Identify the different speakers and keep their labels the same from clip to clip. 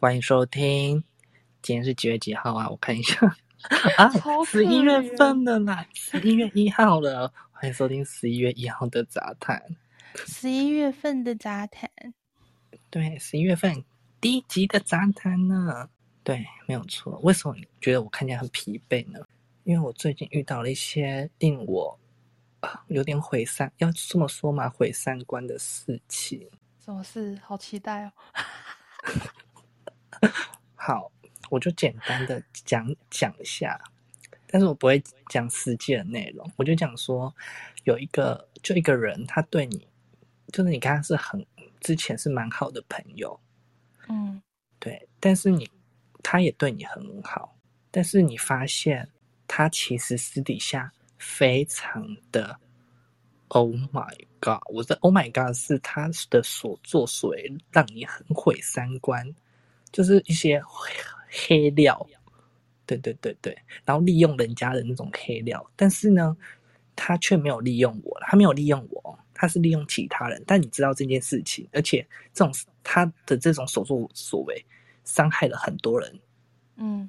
Speaker 1: 欢迎收听。今天是几月几号啊？我看一 下啊，
Speaker 2: 超
Speaker 1: 十一
Speaker 2: 可
Speaker 1: 月
Speaker 2: 怜
Speaker 1: 份的啦，十一月一号了。欢迎收听十一月一号的杂谈。
Speaker 2: 十一月份的杂谈，
Speaker 1: 对，十一月份第一集的杂谈呢？对，没有错。为什么你觉得我看起来很疲惫呢？因为我最近遇到了一些令我啊有点毁三，要这么说嘛，毁三观的事情。
Speaker 2: 什么事？好期待哦！
Speaker 1: 好，我就简单的讲讲一下，但是我不会讲实际的内容，我就讲说有一个就一个人，他对你，就是你跟他是很之前是蛮好的朋友，
Speaker 2: 嗯，
Speaker 1: 对，但是你他也对你很好，但是你发现他其实私底下非常的，Oh my God！我的 Oh my God 是他的所作所为让你很毁三观，就是一些黑黑料，对对对对，然后利用人家的那种黑料，但是呢，他却没有利用我，他没有利用我，他是利用其他人。但你知道这件事情，而且这种他的这种所作所为伤害了很多人，
Speaker 2: 嗯，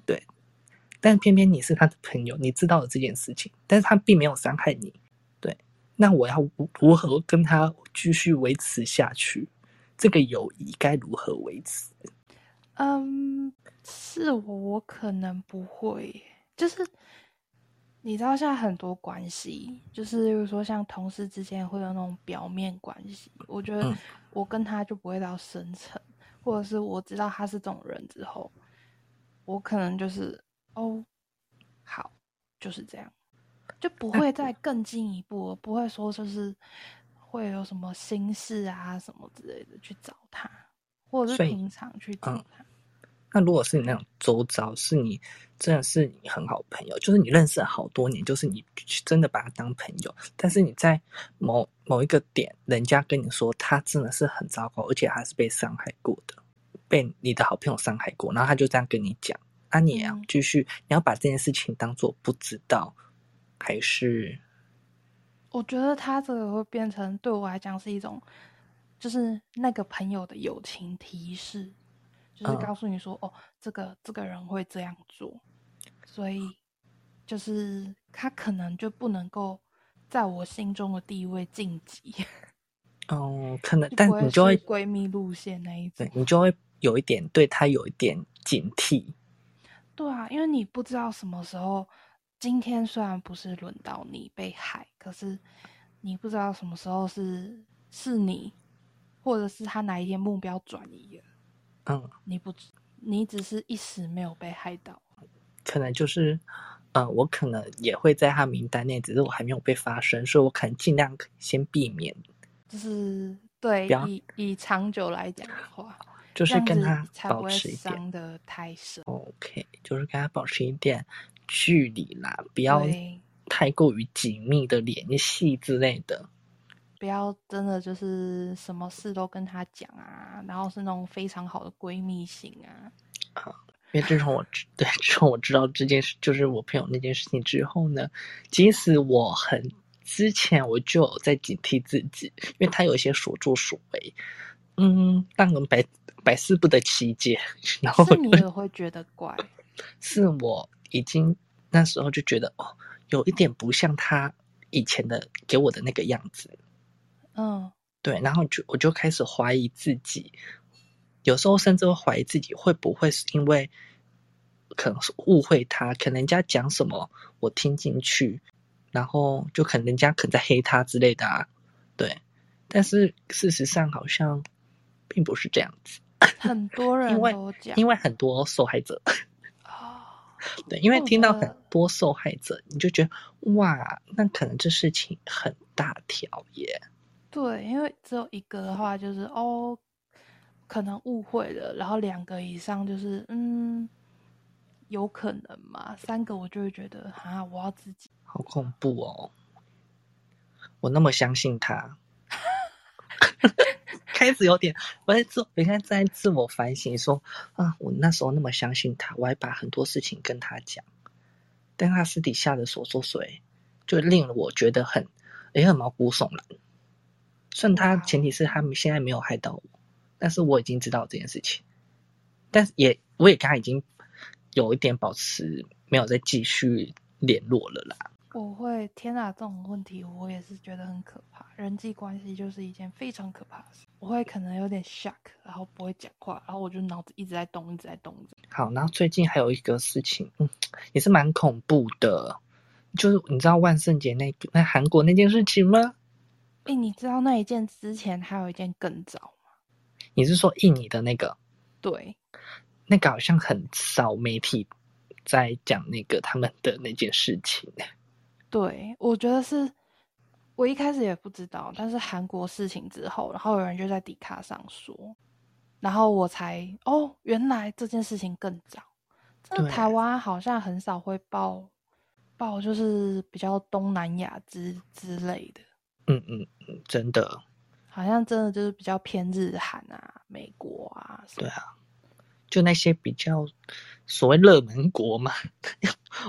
Speaker 1: 但偏偏你是他的朋友，你知道了这件事情，但是他并没有伤害你，对，那我要如如何跟他继续维持下去？这个友谊该如何维持？
Speaker 2: 嗯，是我，我可能不会耶，就是你知道现在很多关系，就是例如说像同事之间会有那种表面关系，我觉得
Speaker 1: 嗯
Speaker 2: 我跟他就不会到深层，或者是我知道他是这种人之后，我可能就是哦，好，就是这样，就不
Speaker 1: 哎
Speaker 2: 会再更进一步了，不会说就是会有什么心事啊什么之类的去找他，或者是
Speaker 1: 所以
Speaker 2: 平常去找
Speaker 1: 嗯
Speaker 2: 他。
Speaker 1: 那如果是你那种周遭，是你真的是你很好的朋友，就是你认识了好多年，就是你真的把他当朋友，但是你在某某一个点，人家跟你说他真的是很糟糕，而且他是被伤害过的，被你的好朋友伤害过，然后他就这样跟你讲，啊，你也要
Speaker 2: 嗯
Speaker 1: 继续，你要把这件事情当做不知道，还是
Speaker 2: 我觉得他这个会变成对我来讲是一种，就是那个朋友的友情提示，就是
Speaker 1: 嗯
Speaker 2: 告诉你说，哦，这个这个人会这样做，所以就是他可能就不能够在我心中的地位晋级，
Speaker 1: 嗯，可能，
Speaker 2: 就
Speaker 1: 但
Speaker 2: 不会
Speaker 1: 你就会
Speaker 2: 是闺蜜路线那一种
Speaker 1: 对。你就会有一点对他有一点警惕，
Speaker 2: 对啊，因为你不知道什么时候，今天虽然不是轮到你被害，可是你不知道什么时候是是你，或者是他哪一天目标转移了，
Speaker 1: 嗯。
Speaker 2: 你不知，你只是一时没有被害到。
Speaker 1: 可能就是，呃，我可能也会在他名单内，只是我还没有被发生，所以我可能尽量先避免，
Speaker 2: 就是对
Speaker 1: 不要
Speaker 2: 以以长久来讲的话，
Speaker 1: 就是
Speaker 2: 这
Speaker 1: 跟
Speaker 2: 样
Speaker 1: 他
Speaker 2: 子才不
Speaker 1: 保
Speaker 2: 会
Speaker 1: 持一点
Speaker 2: 伤的太深。
Speaker 1: ，OK，就是跟他保持一点距离啦，不要
Speaker 2: 对，
Speaker 1: 太过于紧密的联系之类的。
Speaker 2: 不要真的就是什么事都跟他讲啊，然后是那种非常好的闺蜜型啊。
Speaker 1: 因为自从我知 对自从我知道这件事，就是我朋友那件事情之后呢，即使我很之前我就有在警惕自己，因为他有一些所作所为，嗯，让人百百思不得其解。然后
Speaker 2: 是你也会觉得怪，
Speaker 1: 是我已经那时候就觉得哦，有一点不像他以前的给我的那个样子，
Speaker 2: 嗯，
Speaker 1: 对，然后就我就开始怀疑自己，有时候甚至会怀疑自己会不会是因为可能是误会他，可能人家讲什么我听进去，然后就可能人家可能在黑他之类的啊，对，但是事实上好像并不是这样子，
Speaker 2: 很多人
Speaker 1: 因为
Speaker 2: 都讲，
Speaker 1: 因为很多受害者
Speaker 2: 啊、
Speaker 1: 对，因为
Speaker 2: 我
Speaker 1: 听到
Speaker 2: 觉
Speaker 1: 很
Speaker 2: 得
Speaker 1: 多受害者，你就觉得哇，那可能这事情很大条耶。
Speaker 2: 对，因为只有一个的话，就是哦，可能误会了，然后两个以上就是嗯，有可能嘛，三个我就会觉得啊，我要自己，
Speaker 1: 好恐怖哦！我那么相信他，开始有点，我在自，我现在在自我反省说，啊，我那时候那么相信他，我还把很多事情跟他讲，但他私底下的所作所为，就令我觉得很也很毛骨悚然。虽然他
Speaker 2: 哇
Speaker 1: 前提是他们现在没有害到我，但是我已经知道这件事情。但是也我也跟他已经有一点保持没有再继续联络了啦。
Speaker 2: 我会天啊，这种问题我也是觉得很可怕。人际关系就是一件非常可怕的事。我会可能有点 shock，然后不会讲话，然后我就脑子一直在动，一直在动。一直在
Speaker 1: 好，然后最近还有一个事情，嗯，也是蛮恐怖的，就是你知道万圣节那那韩国那件事情吗？
Speaker 2: 哎，你知道那一件之前还有一件更早吗？
Speaker 1: 你是说印尼的那个？
Speaker 2: 对，
Speaker 1: 那个好像很少媒体在讲那个他们的那件事情。
Speaker 2: 对，我觉得是，我一开始也不知道，但是韩国事情之后，然后有人就在迪卡上说，然后我才哦，原来这件事情更早。这
Speaker 1: 对
Speaker 2: 台湾好像很少会报报，就是比较东南亚之之类的，
Speaker 1: 嗯嗯嗯，真的，
Speaker 2: 好像真的就是比较偏日韩啊、美国啊什么
Speaker 1: 对啊，就那些比较所谓热门国嘛，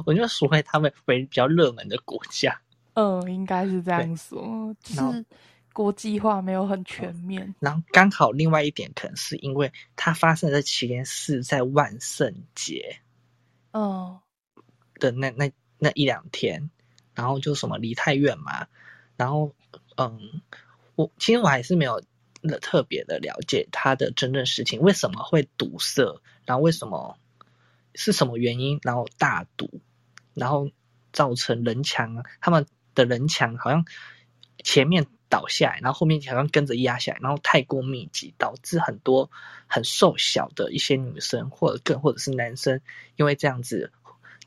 Speaker 1: 我就所谓他们为比较热门的国家。
Speaker 2: 嗯，应该是这样说，就
Speaker 1: 然后哦
Speaker 2: 是国际化没有很全面。
Speaker 1: 然后刚好另外一点，可能是因为它发生的期间是在万圣节
Speaker 2: 嗯，
Speaker 1: 的那那那一两天，然后就什么离太远嘛，然后嗯，我其实我还是没有了特别的了解它的真正事情，为什么会堵塞，然后为什么是什么原因，然后大堵，然后造成人墙，啊他们的人墙好像前面倒下来，然后后面好像跟着压下来，然后太过密集，导致很多很瘦小的一些女生或者更或者是男生，因为这样子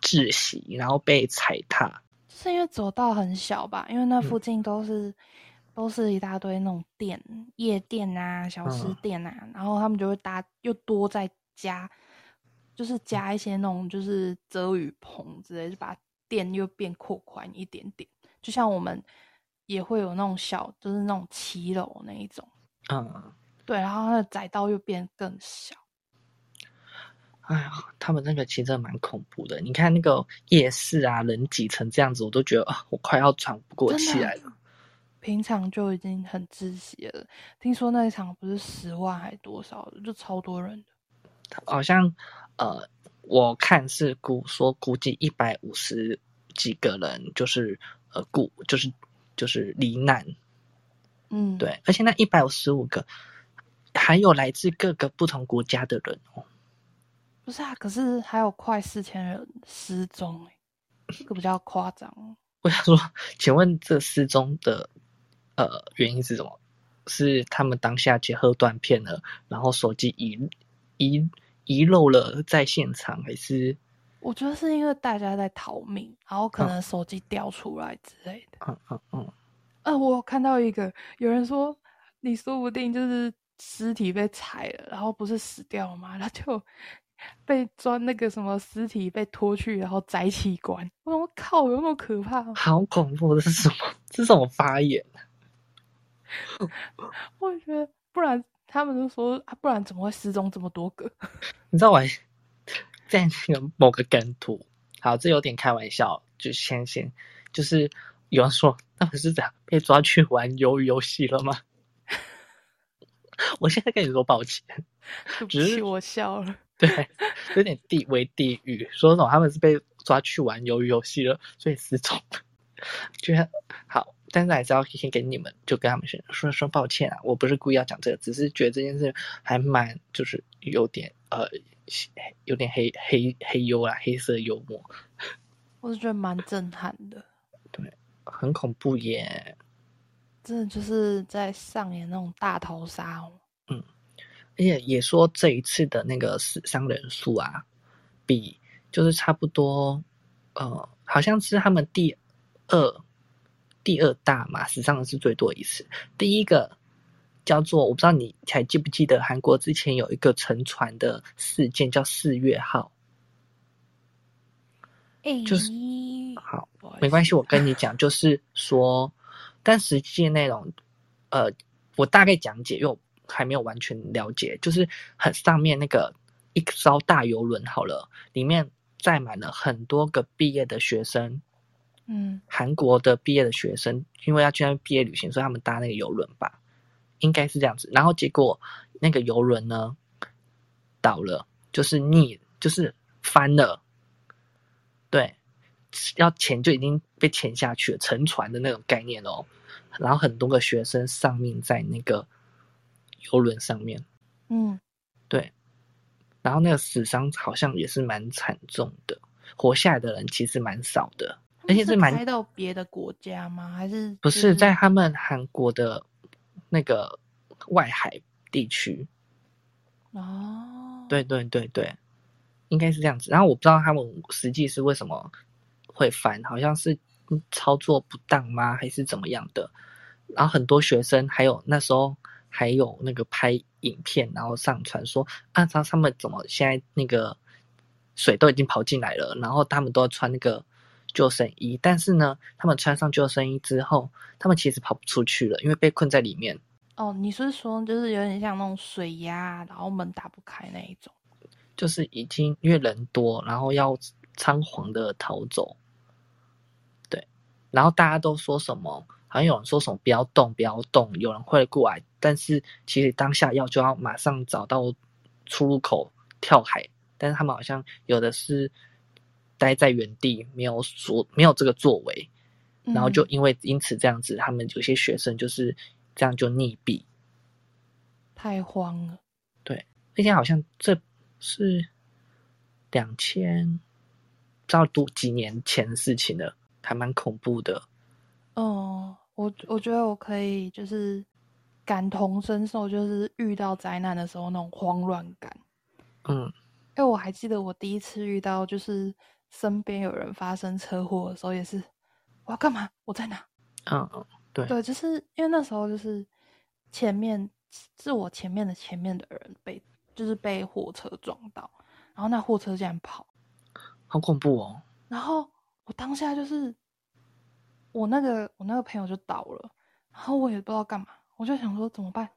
Speaker 1: 窒息，然后被踩踏。
Speaker 2: 就是因为走道很小吧，因为那
Speaker 1: 嗯
Speaker 2: 附近都是、都是一大堆那种店、夜店啊、小吃
Speaker 1: 嗯
Speaker 2: 店啊，然后他们就会搭又多再加，
Speaker 1: 嗯
Speaker 2: 就是加一些那种就是遮雨棚之类，就把店又变扩宽一点点。就像我们也会有那种小，就是那种骑楼那一种，
Speaker 1: 嗯，
Speaker 2: 对，然后它的窄道又变更小。
Speaker 1: 哎呀，他们那个其实真的蛮恐怖的。你看那个夜市啊，人挤成这样子，我都觉得啊，我快要喘不过
Speaker 2: 真
Speaker 1: 气
Speaker 2: 的
Speaker 1: 来了。
Speaker 2: 平常就已经很窒息了。听说那一场不是十万还多少的，就超多人的。啊
Speaker 1: 好像呃，我看是估说估计一百五十几个人，就是呃故就是就是罹难。
Speaker 2: 嗯，，
Speaker 1: 对，而且那一百五十五个还有来自各个不同国家的人哦。
Speaker 2: 不是啊，可是还有快四千人失踪哎、这个比较夸张。
Speaker 1: 我想说，请问这失踪的呃原因是什么？是他们当下去喝断片了，然后手机遗遗遗漏了在现场，还是
Speaker 2: 我觉得是因为大家在逃命，然后可
Speaker 1: 嗯
Speaker 2: 能手机掉出来之类的。
Speaker 1: 嗯嗯嗯，
Speaker 2: 呃，我有看到一个有人说，你说不定就是尸体被踩了，然后不是死掉了吗？ 他就被钻那个什么尸体被拖去，然后摘器官。我想我靠，有那么可怕吗？
Speaker 1: 好恐怖！这是什么？这是什么发言？
Speaker 2: 我也觉得不然他们就说啊，不然怎么会失踪这么多个？
Speaker 1: 你知道我还在那个某个梗图，好，这有点开玩笑，就先先就是有人说他们是怎样被抓去玩鱿鱼游戏了吗？ 我现在跟你说抱歉。
Speaker 2: 对不
Speaker 1: 只
Speaker 2: 起，
Speaker 1: 是
Speaker 2: 我笑了。
Speaker 1: 对， 有点地为地狱，说那种他们是被抓去玩鱿鱼游戏了，所以失踪 了。觉得好，但是还是要先给你们，就跟他们说说说抱歉啊，我不是故意要讲这个，只是觉得这件事还蛮就是有点呃有点黑黑黑幽啦，黑色幽默，
Speaker 2: 我是觉得蛮震撼的，
Speaker 1: 很恐怖耶。
Speaker 2: 真的就是在上演那种大逃杀哦。
Speaker 1: 而且也说这一次的那个死伤人数啊，比就是差不多，呃，好像是他们第二第二大嘛，死伤人是最多一次。第一个叫做我不知道你还记不记得，韩国之前有一个沉船的事件叫四月号。
Speaker 2: 哎、
Speaker 1: 就是好，没关系，我跟你讲，就是说，但实际的内容，呃，我大概讲解，因为我还没有完全了解，就是很上面那个一艘大游轮好了，里面载满了很多个毕业的学生，
Speaker 2: 嗯，
Speaker 1: 韩国的毕业的学生，因为要去那边毕业旅行，所以他们搭那个游轮吧，应该是这样子。然后结果那个游轮呢倒了，就是逆，就是翻了，对，要潜就已经被潜下去了，沉船的那种概念哦。然后很多个学生丧命在那个游轮上面，
Speaker 2: 嗯，
Speaker 1: 对，然后那个死伤好像也是蛮惨重的，活下来的人其实蛮少的，而且
Speaker 2: 是
Speaker 1: 蛮
Speaker 2: 开到别的国家吗？还是
Speaker 1: 不
Speaker 2: 就是
Speaker 1: 在他们韩国的那个外海地区，
Speaker 2: 哦？，
Speaker 1: 对对对对，应该是这样子。然后我不知道他们实际是为什么会翻，好像是嗯操作不当吗，还是怎么样的？然后很多学生还有那时候还有那个拍影片，然后上传说，啊，他他们怎么现在那个水都已经跑进来了，然后他们都要穿那个救生衣，但是呢，他们穿上救生衣之后，他们其实跑不出去了，因为被困在里面。
Speaker 2: 哦，你是说就是有点像那种水压，然后门打不开那一种？
Speaker 1: 就是已经因为人多，然后要仓皇的逃走，对，然后大家都说什么，好像有人说什么不要动，不要动，有人会过来，但是其实当下要就要马上找到出入口跳海，但是他们好像有的是待在原地，没有所没有这个作为，然后就
Speaker 2: 嗯
Speaker 1: 因为因此这样子，他们有些学生就是这样就溺毙，
Speaker 2: 太慌了，
Speaker 1: 那天好像这是两千，不知道多几年前的事情了，还蛮恐怖的。
Speaker 2: 嗯，我我觉得我可以就是感同身受，就是遇到灾难的时候那种慌乱感。
Speaker 1: 嗯，
Speaker 2: 因为哎我还记得我第一次遇到，就是身边有人发生车祸的时候，也是我要干嘛？我在哪？
Speaker 1: 嗯嗯，对
Speaker 2: 对，就是因为那时候就是前面是我前面的前面的人被就是被货车撞到，然后那货车竟然跑，
Speaker 1: 好恐怖哦。
Speaker 2: 然后我当下就是我那个我那个朋友就倒了，然后我也不知道干嘛，我就想说怎么办？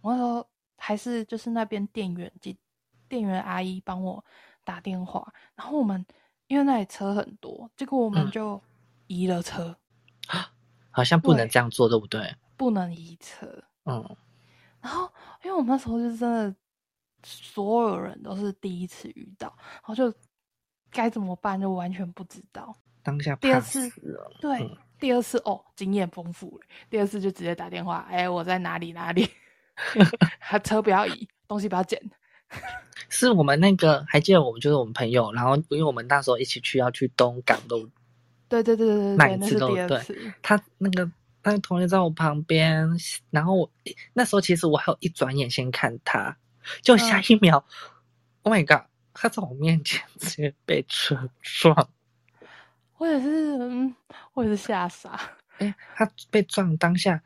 Speaker 2: 我那时候还是就是那边店员及店员阿姨帮我打电话，然后我们因为那里车很多，结果我们
Speaker 1: 嗯
Speaker 2: 就移了车，
Speaker 1: 好像不能
Speaker 2: 对
Speaker 1: 这样做，对不对？
Speaker 2: 不能移车。
Speaker 1: 嗯
Speaker 2: 然后因为我们那时候就是真的，所有人都是第一次遇到，然后就该怎么办就完全不知道。
Speaker 1: 当下
Speaker 2: 第二
Speaker 1: 怕
Speaker 2: 次
Speaker 1: 啊死了。
Speaker 2: 对，
Speaker 1: 嗯
Speaker 2: 第二次哦，经验丰富了。第二次就直接打电话，哎、我在哪里 哪里，他车不要移，东西不要捡。
Speaker 1: 是我们那个还记得我们就是我们朋友，然后因为我们那时候一起去要去东港路，
Speaker 2: 对对对对对
Speaker 1: 那
Speaker 2: 对，
Speaker 1: 一
Speaker 2: 那
Speaker 1: 次
Speaker 2: 是
Speaker 1: 都
Speaker 2: 第二
Speaker 1: 对
Speaker 2: 次。
Speaker 1: 他那个那个同学在我旁边，然后我那时候其实我还有一转眼先看他，就下
Speaker 2: 嗯
Speaker 1: 一秒、o h my god，他在我面前直接被车撞，
Speaker 2: 我也是，嗯，我也是吓傻，
Speaker 1: 哎，他被撞当下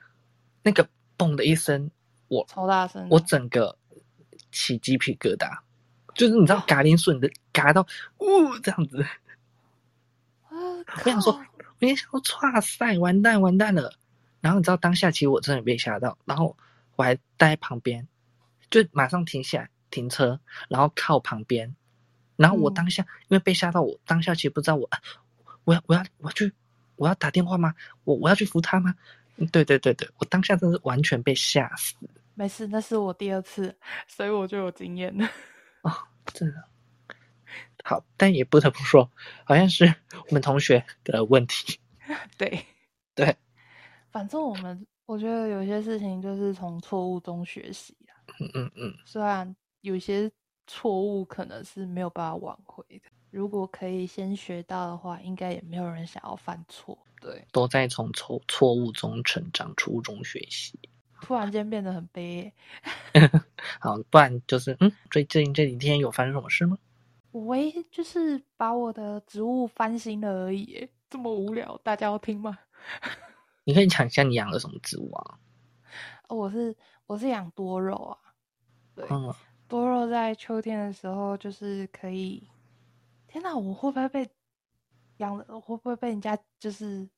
Speaker 1: 那个嘣的一声，我
Speaker 2: 超大声的。
Speaker 1: 我整个起鸡皮疙瘩，就是你知道嘎铃顺的嘎到呜这样子，我
Speaker 2: 我
Speaker 1: 想
Speaker 2: 哦
Speaker 1: 说我也想说，哇塞，完蛋完蛋了。然后你知道当下其实我真的被吓到，然后我还待在旁边，就马上停下来停车，然后靠旁边。然后我
Speaker 2: 嗯
Speaker 1: 当下、因为被吓到我，当下其实不知道我，啊我要我要我要去我要打电话吗？我我要去扶他吗？嗯对对对对，我当下真的是完全被吓死
Speaker 2: 没事，那是我第二次，所以我就有经验了。
Speaker 1: 啊、真的。好，但也不得不说，好像是我们同学的问题。
Speaker 2: 对，
Speaker 1: 对，
Speaker 2: 反正我们我觉得有些事情就是从错误中学习啦，
Speaker 1: 嗯嗯嗯，
Speaker 2: 虽然有些错误可能是没有办法挽回的。如果可以先学到的话，应该也没有人想要犯错。对，
Speaker 1: 都在从错错误中成长，初中学习。
Speaker 2: 突然间变得很悲、欸。
Speaker 1: 好，啊不然就是嗯，最最近这几天有发生什么事吗？
Speaker 2: 我唯一就是把我的植物翻新了而已欸、这么无聊，大家要听吗？
Speaker 1: 你可以讲一下你养了什么植物啊？
Speaker 2: 哦、我是我是养多肉啊，对，
Speaker 1: 嗯，
Speaker 2: 多肉在秋天的时候就是可以，天哪，我会不会被养了？我会不会被人家就是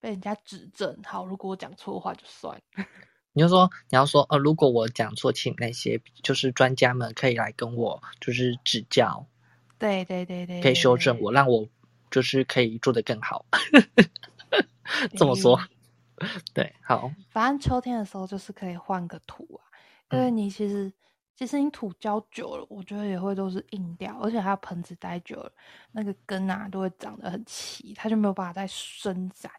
Speaker 2: 被人家指正？好，如果我讲错话就算。
Speaker 1: 你就说你要说哦，如果我讲错，请那些就是专家们可以来跟我就是指教，
Speaker 2: 对对对对，
Speaker 1: 可以
Speaker 2: 对
Speaker 1: 修正
Speaker 2: 对
Speaker 1: 我，让我就是可以做得更好。 这么说
Speaker 2: 诶，
Speaker 1: 对，好，
Speaker 2: 反正秋天的时候就是可以换个土啊，因为
Speaker 1: 嗯
Speaker 2: 你其实其实你土浇久了，我觉得也会都是硬掉，而且它盆子待久了，那个根啊都会长得很齐，它就没有办法再伸展，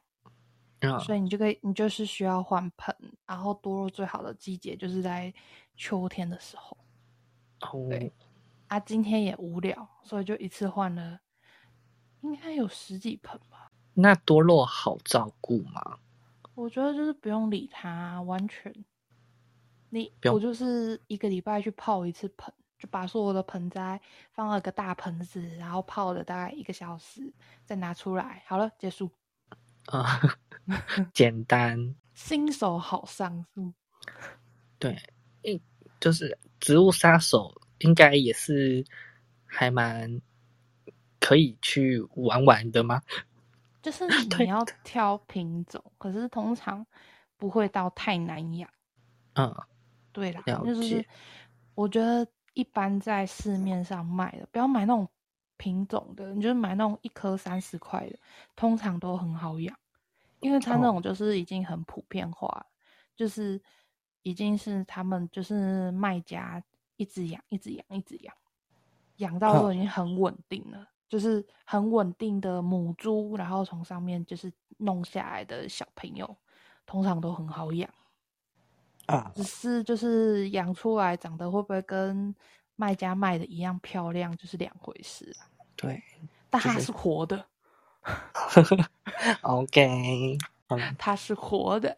Speaker 1: 嗯，
Speaker 2: 所以你就可以，你就是需要换盆。然后多肉最好的季节就是在秋天的时候
Speaker 1: 哦
Speaker 2: 对，啊。今天也无聊，所以就一次换了，应该有十几盆吧。
Speaker 1: 那多肉好照顾吗？
Speaker 2: 我觉得就是不用理它，完全。你
Speaker 1: 不用
Speaker 2: 我就是一个礼拜去泡一次盆，就把所有的盆栽放了个大盆子，然后泡了大概一个小时，再拿出来，好了，结束。
Speaker 1: 啊、简单，
Speaker 2: 新手好上树，
Speaker 1: 对，嗯，就是植物杀手应该也是还蛮可以去玩玩的吗？
Speaker 2: 就是
Speaker 1: 对
Speaker 2: 你要挑品种，可是通常不会到太难养。
Speaker 1: 嗯，
Speaker 2: 对啦，
Speaker 1: 了
Speaker 2: 那就
Speaker 1: 解
Speaker 2: 是我觉得一般在市面上卖的，不要买那种品种的，你就是买那种一颗三十块的，通常都很好养，因为它那
Speaker 1: 哦
Speaker 2: 种就是已经很普遍化了，就是已经是他们就是卖家一直养，一直养，一直养，养
Speaker 1: 哦
Speaker 2: 到都已经很稳定了。就是很稳定的母猪，然后从上面就是弄下来的小朋友，通常都很好养。
Speaker 1: 啊，
Speaker 2: 只是就是养出来长得会不会跟卖家卖的一样漂亮，就是两回事啊、
Speaker 1: 对
Speaker 2: 但
Speaker 1: 就
Speaker 2: 它
Speaker 1: 是
Speaker 2: 是活的，
Speaker 1: ，OK，嗯，
Speaker 2: 它是活的。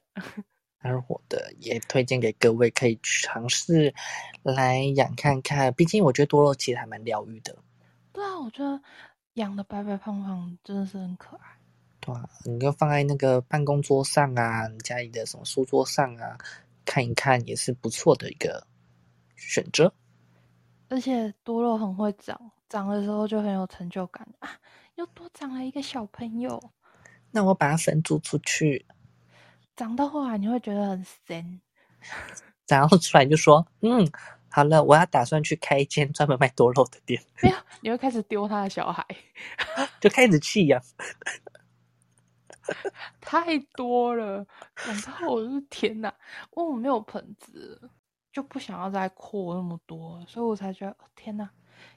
Speaker 1: 而我的也推荐给各位可以尝试来养看看，毕竟我觉得多肉其实还蛮疗愈的，
Speaker 2: 对啊，我觉得养的白白胖胖真的是很可爱。
Speaker 1: 对啊，你就放在那个办公桌上啊，你家里的什么书桌上啊，看一看也是不错的一个选择。
Speaker 2: 而且多肉很会长，长的时候就很有成就感啊，又多长了一个小朋友。
Speaker 1: 那我把它分租出去，
Speaker 2: 长到后来你会觉得很神，
Speaker 1: 然后出来就说，嗯，好了，我要打算去开一间专门卖多肉的店，
Speaker 2: 没有，你会开始丢他的小孩，
Speaker 1: 就开始弃养。
Speaker 2: 太多了，长到我是天哪，因为我没有盆子了，就不想要再扩那么多，所以我才觉得哦天哪，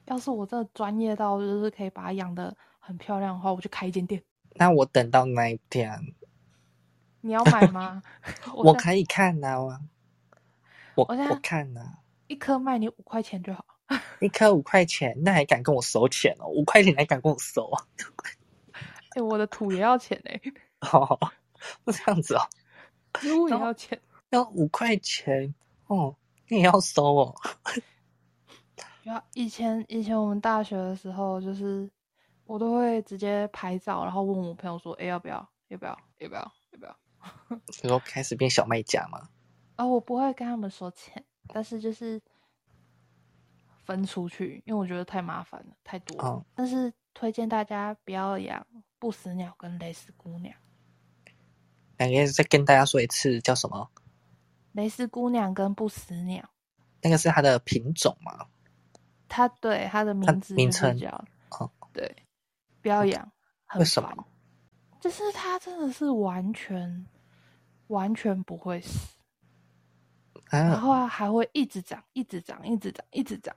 Speaker 2: 要是我真的专业到就是可以把它养的很漂亮的话，我就开一间店。
Speaker 1: 那我等到那一天，
Speaker 2: 你要买吗？
Speaker 1: 我
Speaker 2: 现在
Speaker 1: 可以看呐、我
Speaker 2: 我现在
Speaker 1: 我看呐、
Speaker 2: 一颗卖你五块钱就好，
Speaker 1: 一颗五块钱，那还敢跟我收钱哦？五块钱你还敢跟我收啊？
Speaker 2: 哎、我的土也要钱哎、
Speaker 1: 哦，这样子哦，
Speaker 2: 植物也
Speaker 1: 然后
Speaker 2: 要钱，
Speaker 1: 要五块钱哦，你也要收哦？
Speaker 2: 然后以前以前我们大学的时候，就是我都会直接拍照，然后问我朋友说：“哎、要不要？要不要？要不要？要不要
Speaker 1: 你说开始变小卖家吗？？”
Speaker 2: 啊、我不会跟他们说钱，但是就是分出去，因为我觉得太麻烦了，太多了。
Speaker 1: 哦，
Speaker 2: 但是推荐大家不要养不死鸟跟蕾丝姑娘。
Speaker 1: 感觉再跟大家说一次，叫什么？
Speaker 2: 蕾丝姑娘跟不死鸟，
Speaker 1: 那个是它的品种吗？
Speaker 2: 它对它的
Speaker 1: 它
Speaker 2: 名字
Speaker 1: 名
Speaker 2: 就是
Speaker 1: 称
Speaker 2: 叫
Speaker 1: 哦
Speaker 2: 对，不要养，很
Speaker 1: 为什
Speaker 2: 烦
Speaker 1: 么？
Speaker 2: 就是它真的是完全完全不会死，然
Speaker 1: 啊，
Speaker 2: 后啊还会一直长，一直长，一直长，一直长，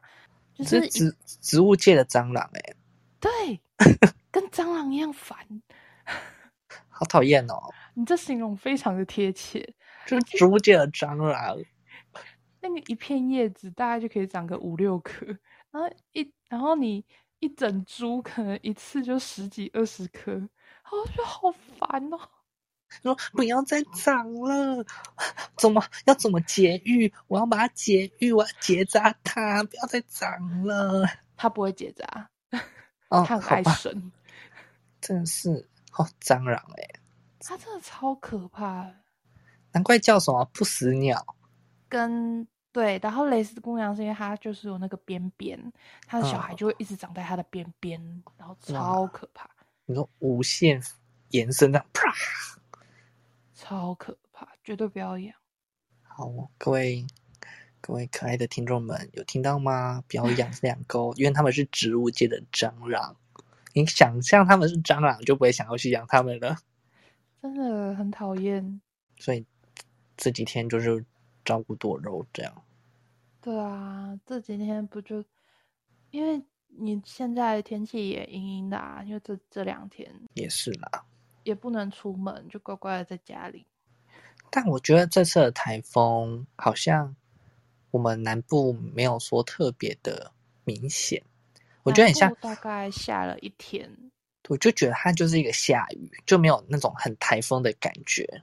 Speaker 2: 就
Speaker 1: 这
Speaker 2: 是
Speaker 1: 是
Speaker 2: 一
Speaker 1: 植植物界的蟑螂哎、
Speaker 2: 对，跟蟑螂一样烦。
Speaker 1: 好讨厌哦！
Speaker 2: 你这形容非常的贴切。
Speaker 1: 这是植物界的蟑螂，
Speaker 2: 那个一片叶子大概就可以长个五六颗，然后一然后你一整株可能一次就十几二十颗，然后我就觉得好烦哦。
Speaker 1: 说不要再长了， 怎么要怎么节育？我要把它节育，我要结扎它，不要再长了。
Speaker 2: 它不会结 扎，
Speaker 1: 哦，
Speaker 2: 它很
Speaker 1: 好
Speaker 2: 爱
Speaker 1: 吧，
Speaker 2: 生，
Speaker 1: 真的是哦，蟑螂哎、
Speaker 2: 它真的超可怕的。
Speaker 1: 难怪叫什么不死鸟
Speaker 2: 跟对，然后蕾丝姑娘是因为她就是有那个边边，她的小孩
Speaker 1: 嗯
Speaker 2: 就会一直长在她的边边，然后
Speaker 1: 哇
Speaker 2: 超可怕，
Speaker 1: 你说无限延伸的，啪！
Speaker 2: 超可怕，绝对不要养。
Speaker 1: 好，哦各位各位可爱的听众们，有听到吗？不要养这两狗，因为它们是植物界的蟑螂。你想象它们是蟑螂，就不会想要去养它们了。
Speaker 2: 真的很讨厌。
Speaker 1: 所以这几天就是照顾多肉这样。
Speaker 2: 对啊，这几天不就因为你现在天气也阴阴的啊，因为这这两天
Speaker 1: 也是啦。
Speaker 2: 也不能出门，就乖乖的在家里。
Speaker 1: 但我觉得这次的台风好像我们南部没有说特别的明显，我觉得很像
Speaker 2: 南部大概下了一天，
Speaker 1: 我就觉得它就是一个下雨，就没有那种很台风的感觉。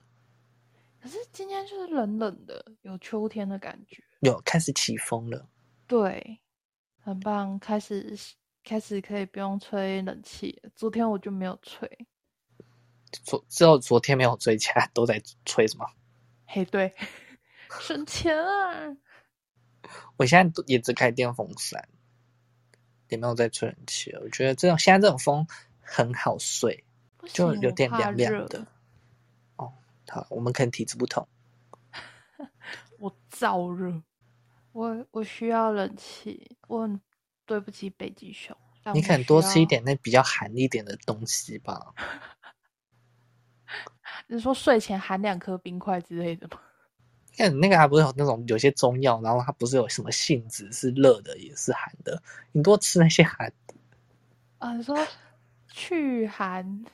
Speaker 2: 可是今天就是冷冷的，有秋天的感觉。
Speaker 1: 有开始起风了，
Speaker 2: 对，很棒，开始开始可以不用吹冷气了。昨天我就没有吹，
Speaker 1: 昨只有昨天没有追，其他 都在吹什么？
Speaker 2: 嘿，对， 省钱啊！
Speaker 1: 我现在都也只开电风扇，也没有在吹冷气了。我觉得这种现在这种风很好睡，
Speaker 2: 不行
Speaker 1: 就有点
Speaker 2: 嗯我怕
Speaker 1: 凉凉
Speaker 2: 热
Speaker 1: 的。哦，好，我们可能体质不同。
Speaker 2: 我燥热，我我需要冷气。我很对不起北极熊，但
Speaker 1: 你
Speaker 2: 我
Speaker 1: 可能多
Speaker 2: 需
Speaker 1: 吃一
Speaker 2: 要。
Speaker 1: 点那比较寒一点的东西吧。
Speaker 2: 你说睡前含两颗冰块之类的吗？
Speaker 1: 看你那个还不是有那种有些中药，然后它不是有什么性质是热的也是寒的，你多吃那些寒 的，
Speaker 2: 啊，你说去寒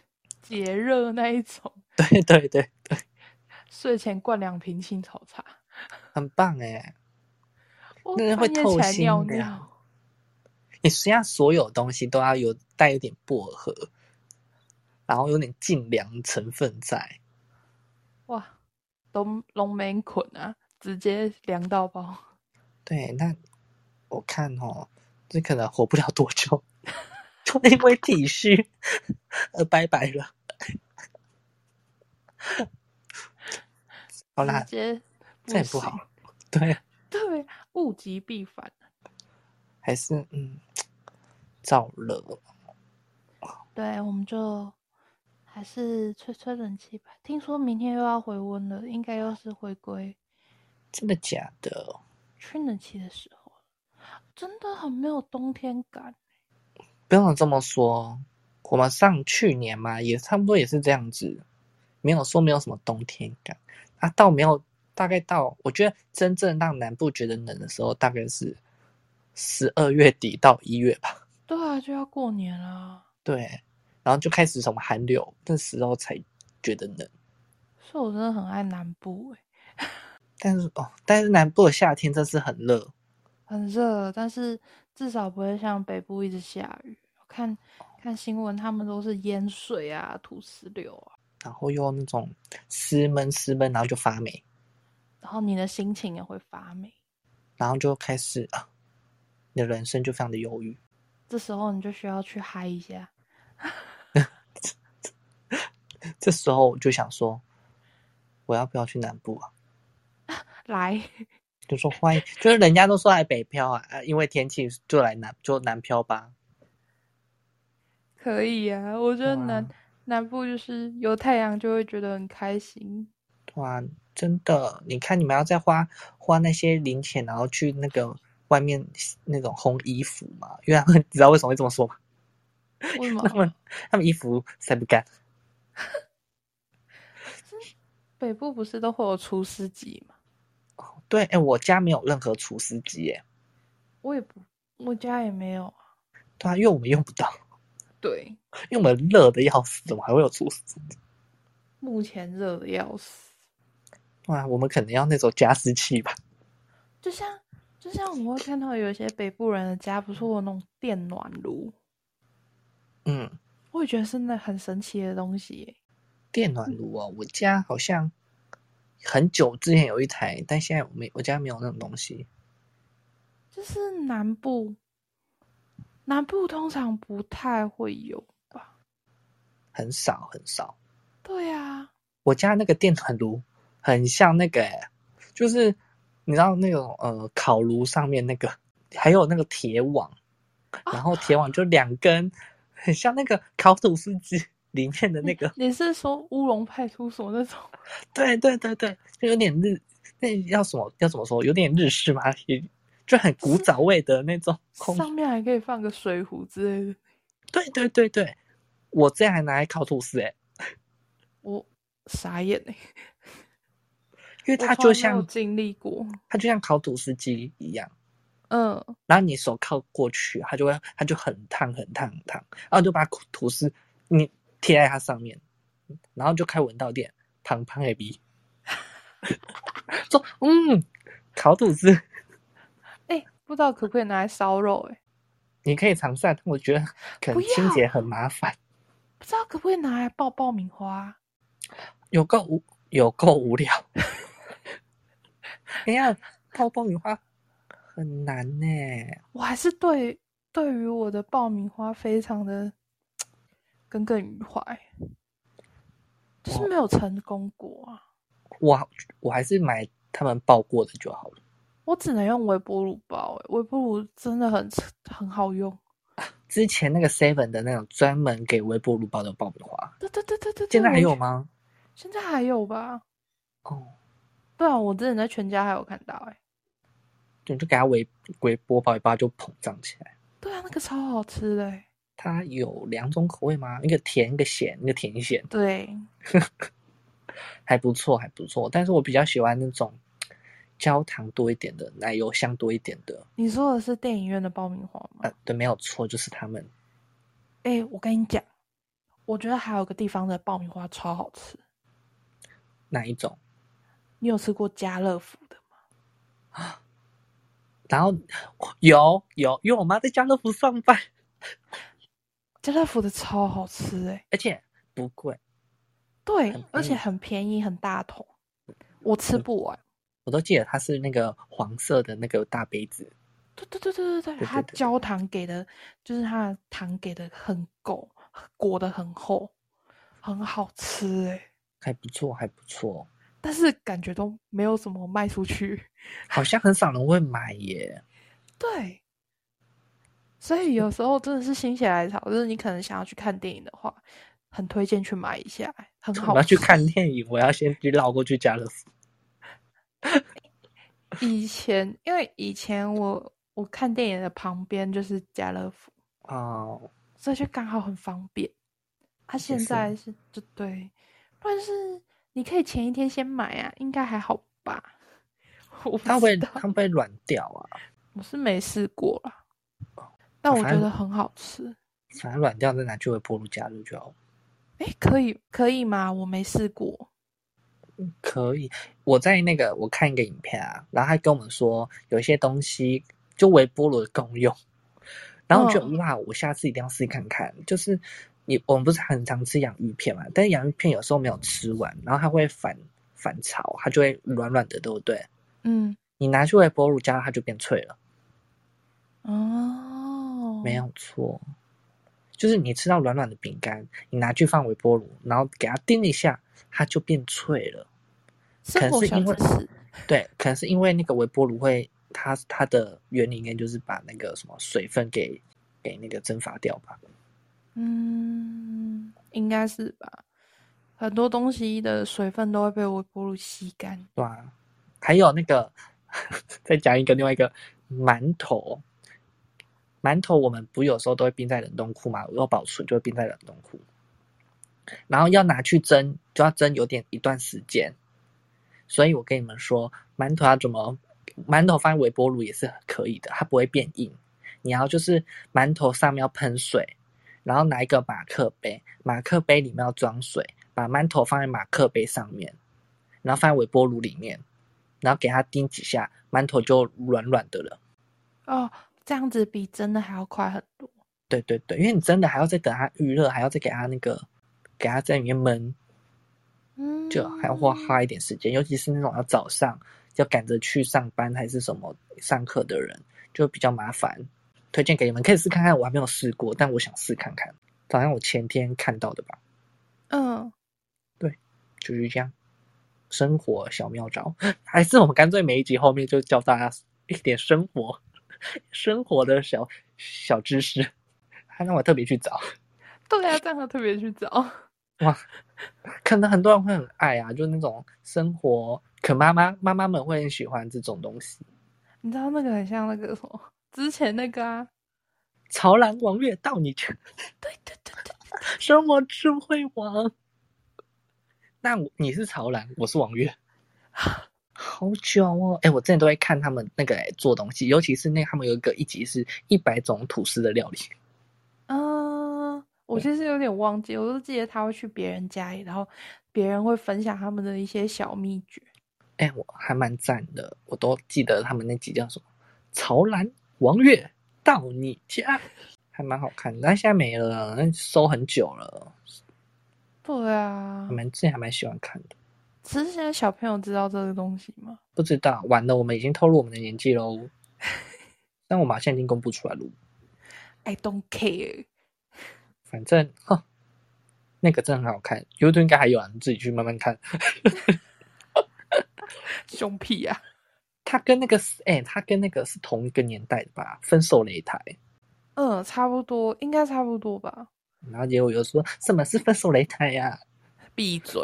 Speaker 2: 解热那一种，
Speaker 1: 对对对，
Speaker 2: 睡前灌两瓶青草茶，
Speaker 1: 很棒哎！
Speaker 2: 我
Speaker 1: 那会
Speaker 2: 半夜
Speaker 1: 透
Speaker 2: 起来
Speaker 1: 心
Speaker 2: 尿
Speaker 1: 的呀
Speaker 2: 尿。
Speaker 1: 你实际上所有东西都要有带一点薄荷，然后有点净凉成分在。
Speaker 2: 哇，龙龙门捆啊，直接凉到爆。
Speaker 1: 对，那我看哦，这可能活不了多久， 就因为体虚而拜拜了。好啦
Speaker 2: 直，接
Speaker 1: 这也不
Speaker 2: 嗯行
Speaker 1: 好。对，
Speaker 2: 对，物极必反。
Speaker 1: 还是嗯，燥热。
Speaker 2: 对，我们就还是吹吹冷气吧。听说明天又要回温了，应该又是回归
Speaker 1: 真的假的？
Speaker 2: 吹冷气的时候了真的很没有冬天感。
Speaker 1: 不用这么说，我们上去年嘛，也差不多也是这样子，没有说没有什么冬天感。啊，到没有，大概到我觉得真正让南部觉得冷的时候，大概是十二月底到一月吧。
Speaker 2: 对啊，就要过年了，
Speaker 1: 对，然后就开始什么寒流，那时候才觉得冷。
Speaker 2: 所以我真的很爱南部、欸，
Speaker 1: 但是哦，但是南部的夏天真是很热，
Speaker 2: 很热，但是至少不会像北部一直下雨。我看看新闻，他们都是淹水啊、土石流啊，
Speaker 1: 然后又那种湿闷湿闷，然后就发霉，
Speaker 2: 然后你的心情也会发霉。
Speaker 1: 然后就开始啊，你的人生就非常的忧郁。
Speaker 2: 这时候你就需要去嗨一下，
Speaker 1: 这时候我就想说，我要不要去南部啊？
Speaker 2: 来，
Speaker 1: 就说欢迎，就是人家都说来北漂啊，啊因为天气就来南就南漂吧。
Speaker 2: 可以啊。我觉得
Speaker 1: 哇
Speaker 2: 南南部就是有太阳就会觉得很开心。
Speaker 1: 对啊，真的，你看你们要再花花那些零钱，然后去那个外面那种烘衣服嘛，因为他们 你知道为什么会这么说吗？
Speaker 2: 为什么
Speaker 1: 他们他们衣服晒不干，
Speaker 2: 北部不是都会有除湿机吗？
Speaker 1: 对，哎，我家没有任何除湿机，耶，
Speaker 2: 我也不，我家也没有啊。
Speaker 1: 对啊，因为我们用不到，
Speaker 2: 对，
Speaker 1: 因为我们热的要死，怎么还会有除湿机？
Speaker 2: 目前热的要死，
Speaker 1: 对啊，我们可能要那种加湿器吧。
Speaker 2: 就像就像我会看到有一些北部人的家不是会有那种电暖炉，
Speaker 1: 嗯，
Speaker 2: 我也觉得是那很神奇的东西耶。
Speaker 1: 电暖炉哦，我家好像很久之前有一台，但现在我没我家没有那种东西。
Speaker 2: 就是南部，南部通常不太会有吧？
Speaker 1: 很少很少。
Speaker 2: 对啊，
Speaker 1: 我家那个电暖炉很像那个、欸，就是你知道那种呃烤炉上面那个，还有那个铁网，然后铁网就两根，很像那个烤吐司机里面的那个。
Speaker 2: 你是说乌龙派出所那种？
Speaker 1: 对对对对，就有点日，那要什么要怎么说？有点日式吗？也就很古早味的那种空
Speaker 2: 上面还可以放个水壶之类的。
Speaker 1: 对对对对，我这样还拿来烤吐司哎、
Speaker 2: 我傻眼哎、欸，
Speaker 1: 因为
Speaker 2: 我
Speaker 1: 它
Speaker 2: 从
Speaker 1: 就
Speaker 2: 来没有
Speaker 1: 像
Speaker 2: 经历过。
Speaker 1: 它就像烤吐司机一样，
Speaker 2: 嗯，
Speaker 1: 然后你手靠过去，它就会它就很烫很烫很烫，然后你就把吐司你贴在它上面，然后就开文道店，胖胖的逼， 说嗯，烤吐司
Speaker 2: 哎、不知道可不可以拿来烧肉、欸？哎，
Speaker 1: 你可以尝试啊，但我觉得可能
Speaker 2: 不要
Speaker 1: 清洁很麻烦，
Speaker 2: 不知道可不可以拿来爆爆米花啊？
Speaker 1: 有够无有够无聊。 哎呀，泡爆米花很难呢、
Speaker 2: 我还是对对于我的爆米花非常的耿耿于怀，就是没有成功过啊。
Speaker 1: 我我还是买他们爆过的就好了。
Speaker 2: 我只能用微波炉包、欸，微波炉真的很很好用。
Speaker 1: 之前那个 Seven 的那种专门给微波炉包的爆米花，
Speaker 2: 对对对对对，对
Speaker 1: 现在还有？
Speaker 2: 我
Speaker 1: 吗？
Speaker 2: 现在还有吧？
Speaker 1: 哦，
Speaker 2: 对啊，我之前在全家还有看到、欸，哎，
Speaker 1: 对，就给它微微波爆一爆就膨胀起来。
Speaker 2: 对啊，那个超好吃的、欸，
Speaker 1: 它有两种口味吗？一个甜，一个咸，一个甜咸，
Speaker 2: 对，
Speaker 1: 还不错，还不错。但是我比较喜欢那种焦糖多一点的，奶油香多一点的。
Speaker 2: 你说的是电影院的爆米花吗？
Speaker 1: 呃，对，没有错，就是他们。
Speaker 2: 哎、我跟你讲，我觉得还有个地方的爆米花超好吃。
Speaker 1: 哪一种？
Speaker 2: 你有吃过家乐福的吗？
Speaker 1: 然后有有，因为我妈在家乐福上班，
Speaker 2: 家乐福的超好吃哎、
Speaker 1: 而且不贵，
Speaker 2: 对
Speaker 1: 很，
Speaker 2: 而且
Speaker 1: 便宜嗯
Speaker 2: 很便宜，很大桶，我吃不完。
Speaker 1: 我都记得它是那个黄色的那个大杯子，
Speaker 2: 对对对对
Speaker 1: 对
Speaker 2: 对对，它
Speaker 1: 对对
Speaker 2: 焦糖给的，就是它的糖给的很够，裹得很厚，很好吃哎、
Speaker 1: 还不错，还不错，
Speaker 2: 但是感觉都没有什么卖出去。
Speaker 1: 好像很少人会买耶。
Speaker 2: 对，所以有时候真的是心血来潮，就是你可能想要去看电影的话，很推荐去买一下，很好
Speaker 1: 我要去
Speaker 2: 吃
Speaker 1: 看电影，我要先去绕过去家乐福。
Speaker 2: 以前，因为以前我我看电影的旁边就是家乐福，
Speaker 1: 哦，
Speaker 2: 所以就刚好很方便。它、现
Speaker 1: 是哦
Speaker 2: 在是就对，但是你可以前一天先买啊，应该还好吧？ 我
Speaker 1: 它
Speaker 2: 不
Speaker 1: 会
Speaker 2: 知道，
Speaker 1: 它会软掉啊，
Speaker 2: 我是没试过啦，但我
Speaker 1: 哦反
Speaker 2: 觉
Speaker 1: 正
Speaker 2: 得很好吃。
Speaker 1: 反正软掉再拿去微波炉加热就好。
Speaker 2: 哎，可以可以吗？我没试过。
Speaker 1: 可以，我在那个我看一个影片啊，然后他跟我们说有一些东西就微波炉的功用，然后我觉得、
Speaker 2: 嗯
Speaker 1: 哇，我下次一定要试看看。就是你我们不是很常吃洋芋片嘛，但是洋芋片有时候没有吃完，然后它会反反潮，它就会软软的，对不对？
Speaker 2: 嗯，
Speaker 1: 你拿去微波炉加热，它就变脆了，
Speaker 2: 哦，
Speaker 1: 没有错。就是你吃到软软的饼干，你拿去放微波炉，然后给它叮一下，它就变脆了。可
Speaker 2: 生
Speaker 1: 能
Speaker 2: 活
Speaker 1: 是
Speaker 2: 小
Speaker 1: 因为
Speaker 2: 知识。
Speaker 1: 对，可能是因为那个微波炉会，它它的原理应该就是把那个什么水分给给那个蒸发掉吧。
Speaker 2: 嗯，应该是吧。很多东西的水分都会被微波炉吸干。
Speaker 1: 对啊，还有那个 再讲一个另外一个馒头，馒头我们不有时候都会冰在冷冻库嘛，要保存就会冰在冷冻库，然后要拿去蒸，就要蒸有点一段时间。所以我跟你们说，馒头要怎么，馒头放在微波炉也是可以的，它不会变硬。你要就是馒头上面要喷水，然后拿一个马克杯，马克杯里面要装水，把馒头放在马克杯上面，然后放在微波炉里面，然后给它叮几下，馒头就软软的了。
Speaker 2: 哦，这样子比真的还要快很多。
Speaker 1: 对对对，因为你真的还要再等它预热，还要再给它那个，给它在里面焖，
Speaker 2: 嗯，
Speaker 1: 就还要花花一点时间。尤其是那种要早上要赶着去上班还是什么上课的人，就比较麻烦。推荐给你们，可以试看看，我还没有试过，但我想试看看。好像我前天看到的吧，
Speaker 2: 嗯，
Speaker 1: 就是这样。生活小妙招， 还是我们干脆每一集后面就教大家一点生活、 生活的小小知识，还让我特别去找。
Speaker 2: 对啊，这样我特别去找。
Speaker 1: 可能很多人会很爱啊，就那种生活，可妈妈妈妈们会很喜欢这种东西。
Speaker 2: 你知道那个很像那个什么，之前那个啊，
Speaker 1: 潮男王月到你去，
Speaker 2: 对对对对，
Speaker 1: 生活智 慧王。那我你是潮男，我是王月，啊好久哦，哎、我之前都会看他们那个、哎做东西，尤其是那他们有一个一集是一百种吐司的料理，
Speaker 2: 嗯，我其实有点忘记，我就记得他会去别人家里，然后别人会分享他们的一些小秘诀。
Speaker 1: 哎、我还蛮赞的，我都记得他们那集叫什么“潮兰王月到你家”，还蛮好看的，但现在没了，那收很久了，
Speaker 2: 对啊
Speaker 1: 还，蛮之前还蛮喜欢看的。
Speaker 2: 其实现在小朋友知道这个东西吗？
Speaker 1: 不知道，完了，我们已经透露我们的年纪 喽。但我马上已经公布出来了，
Speaker 2: I don't care。
Speaker 1: 反正哈，那个真的很好看，YouTube 应该还有啊，你自己去慢慢看。
Speaker 2: 胸屁啊呀、
Speaker 1: 它跟那个是，哎、它跟那个是同一个年代的吧？分手擂台，
Speaker 2: 嗯，差不多，应该差不多吧。
Speaker 1: 然后结果有说什么是分手擂台呀、
Speaker 2: 闭嘴！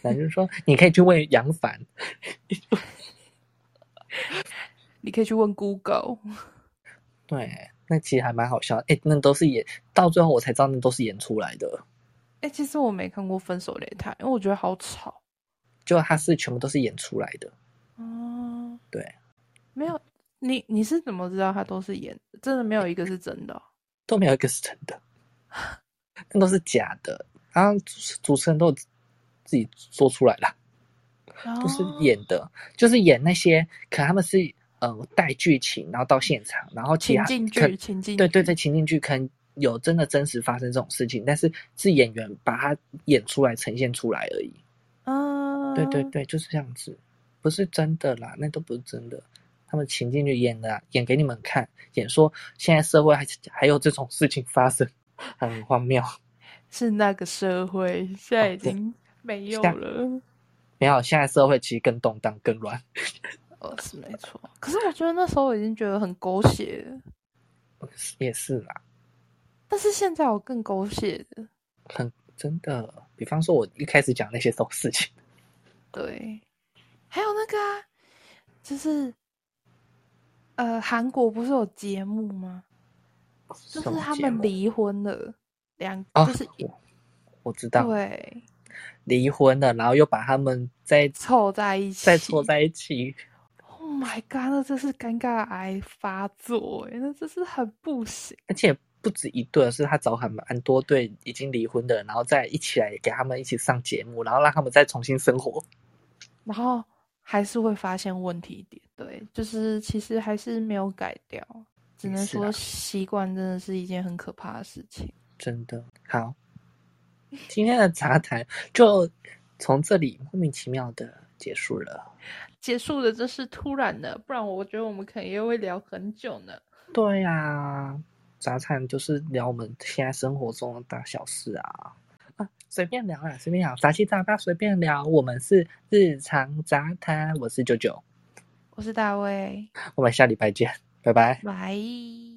Speaker 1: 然后就说你可以去问杨凡，
Speaker 2: 你可以去问 Google。
Speaker 1: 对，那其实还蛮好笑的。哎、那都是演，到最后我才知道那都是演出来的，
Speaker 2: 哎、其实我没看过《分手擂台》，因为我觉得好吵。
Speaker 1: 就它是全部都是演出来的。
Speaker 2: 嗯，
Speaker 1: 对，
Speaker 2: 没有你，你是怎么知道他都是演的？真的没有一个是真的哦、
Speaker 1: 都没有一个是真的，那都是假的。然后主主持人都有自自己说出来了，都是
Speaker 2: 哦
Speaker 1: 演的，就是演那些，可他们是呃带剧情，然后到现场，然后其
Speaker 2: 情
Speaker 1: 他
Speaker 2: 境
Speaker 1: 啊可
Speaker 2: 剧，情境
Speaker 1: 对对
Speaker 2: 剧
Speaker 1: 对，情景剧可能有真的真实发生这种事情，但是是演员把它演出来呈现出来而已。
Speaker 2: 嗯，
Speaker 1: 对对对，就是这样子，不是真的啦，那都不是真的。他们情境就演的、啊，演给你们看，演说现在社会还还有这种事情发生，很荒谬。
Speaker 2: 是那个社会现在
Speaker 1: 哦
Speaker 2: 已
Speaker 1: 对
Speaker 2: 经没有
Speaker 1: 下
Speaker 2: 了。
Speaker 1: 没有，现在社会其实更动荡、更乱。
Speaker 2: 呃，是没错。可是我觉得那时候我已经觉得很狗血了，
Speaker 1: 也是啦，
Speaker 2: 但是现在我更狗血的。
Speaker 1: 很真的。比方说，我一开始讲那些种 事情，
Speaker 2: 对，还有那个啊，就是呃，韩国不是有节目吗？就
Speaker 1: 什
Speaker 2: 是
Speaker 1: 么
Speaker 2: 他
Speaker 1: 节
Speaker 2: 们
Speaker 1: 目
Speaker 2: 离婚了，两、
Speaker 1: 啊，
Speaker 2: 就是一
Speaker 1: 我我知道
Speaker 2: 对
Speaker 1: 离婚了，然后又把他们 再
Speaker 2: 凑在一起，
Speaker 1: 再凑在一起，
Speaker 2: Oh my god！那真是尴尬癌发作、欸，那真是很不行。
Speaker 1: 而且不止一对，是他找很蛮多对已经离婚的人，然后再一起来给他们一起上节目，然后让他们再重新生活。
Speaker 2: 然后还是会发现问题点，对，就是其实还是没有改掉，只
Speaker 1: 也
Speaker 2: 能
Speaker 1: 是啦
Speaker 2: 说习惯真的是一件很可怕的事情。
Speaker 1: 真的好，今天的杂谈就从这里莫名其妙的结束了。
Speaker 2: 结束的真是突然的，不然我觉得我们可能也会聊很久呢。
Speaker 1: 对呀、杂谈就是聊我们现在生活中的大小事啊。啊，随便聊啦，随便聊，杂七杂八随便聊。我们是日常杂谈，我是九九，
Speaker 2: 我是大卫，
Speaker 1: 我们下礼拜见，拜拜。
Speaker 2: 拜。